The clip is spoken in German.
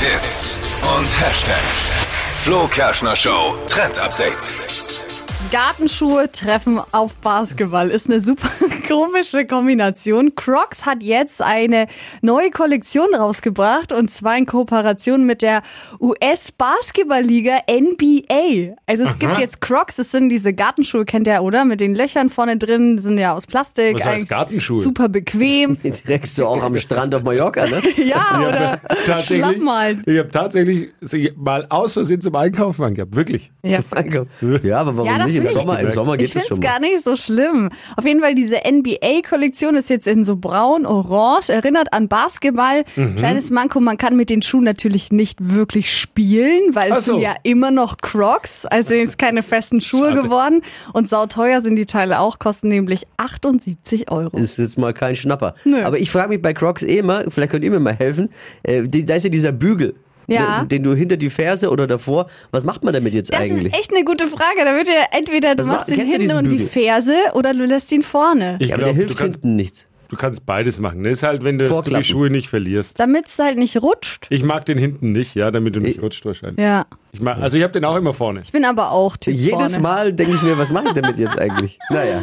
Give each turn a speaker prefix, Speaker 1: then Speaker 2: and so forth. Speaker 1: Hits und Hashtags. Flo Kerschner Show Trend Update.
Speaker 2: Gartenschuhe treffen auf Basketball ist eine super komische Kombination. Crocs hat jetzt eine neue Kollektion rausgebracht und zwar in Kooperation mit der US-Basketballliga NBA. Also es gibt jetzt Crocs, das sind diese Gartenschuhe, kennt ihr, oder? Mit den Löchern vorne drin, die sind ja aus Plastik.
Speaker 3: Was heißt
Speaker 2: eigentlich
Speaker 3: Gartenschuhe?
Speaker 2: Super bequem.
Speaker 4: Reckst du auch am Strand auf Mallorca, ne?
Speaker 2: Ja, oder? Schlappen halt.
Speaker 3: ich hab tatsächlich sie mal aus Versehen zum Einkaufen angehabt. Wirklich.
Speaker 2: Ja.
Speaker 4: Danke. Ja, aber warum
Speaker 2: Ja, das
Speaker 4: nicht? Im
Speaker 2: finde ich-
Speaker 4: Sommer, Im Sommer
Speaker 2: Ich
Speaker 4: Oh, geht es
Speaker 2: finde
Speaker 4: schon
Speaker 2: es
Speaker 4: mal.
Speaker 2: gar nicht so schlimm. Auf jeden Fall, diese NBA-Kollektion ist jetzt in so braun, orange, erinnert an Basketball.
Speaker 4: Mhm.
Speaker 2: Kleines Manko, man kann mit den Schuhen natürlich nicht wirklich spielen, weil
Speaker 3: Ach
Speaker 2: es sind
Speaker 3: so.
Speaker 2: ja immer noch Crocs, also jetzt keine festen Schuhe geworden. Und sauteuer sind die Teile auch, kosten nämlich 78 Euro.
Speaker 4: Ist jetzt mal kein Schnapper.
Speaker 2: Nö.
Speaker 4: Aber ich frage mich bei Crocs eh immer, vielleicht könnt ihr mir mal helfen, äh, die, da ist ja dieser Bügel,
Speaker 2: Ja.
Speaker 4: den, den du hinter die Ferse oder davor, was macht man damit jetzt
Speaker 2: das
Speaker 4: eigentlich?
Speaker 2: ist echt eine gute Frage. Da wird ja entweder du
Speaker 4: Was
Speaker 2: machst
Speaker 4: ma-
Speaker 2: ihn
Speaker 4: kennst du
Speaker 2: hinten
Speaker 4: diesen
Speaker 2: und die
Speaker 4: Bügel?
Speaker 2: Ferse oder du lässt ihn vorne.
Speaker 3: Ich
Speaker 4: ja,
Speaker 3: glaube,
Speaker 4: aber der
Speaker 3: du,
Speaker 4: hilft
Speaker 3: kannst-
Speaker 4: hinten nichts.
Speaker 3: du kannst beides machen. Das ist halt, wenn du, dass du die
Speaker 4: Vorklappen.
Speaker 3: Schuhe nicht verlierst.
Speaker 2: Damit es halt nicht rutscht.
Speaker 3: Ich mag den hinten nicht, ja, damit du nicht rutscht wahrscheinlich.
Speaker 2: Ja.
Speaker 3: Ich mag, also ich habe den auch immer vorne.
Speaker 2: Ich bin aber auch Typ
Speaker 4: Jedes
Speaker 2: vorne.
Speaker 4: Mal denke ich mir, was mache ich damit jetzt eigentlich? Naja.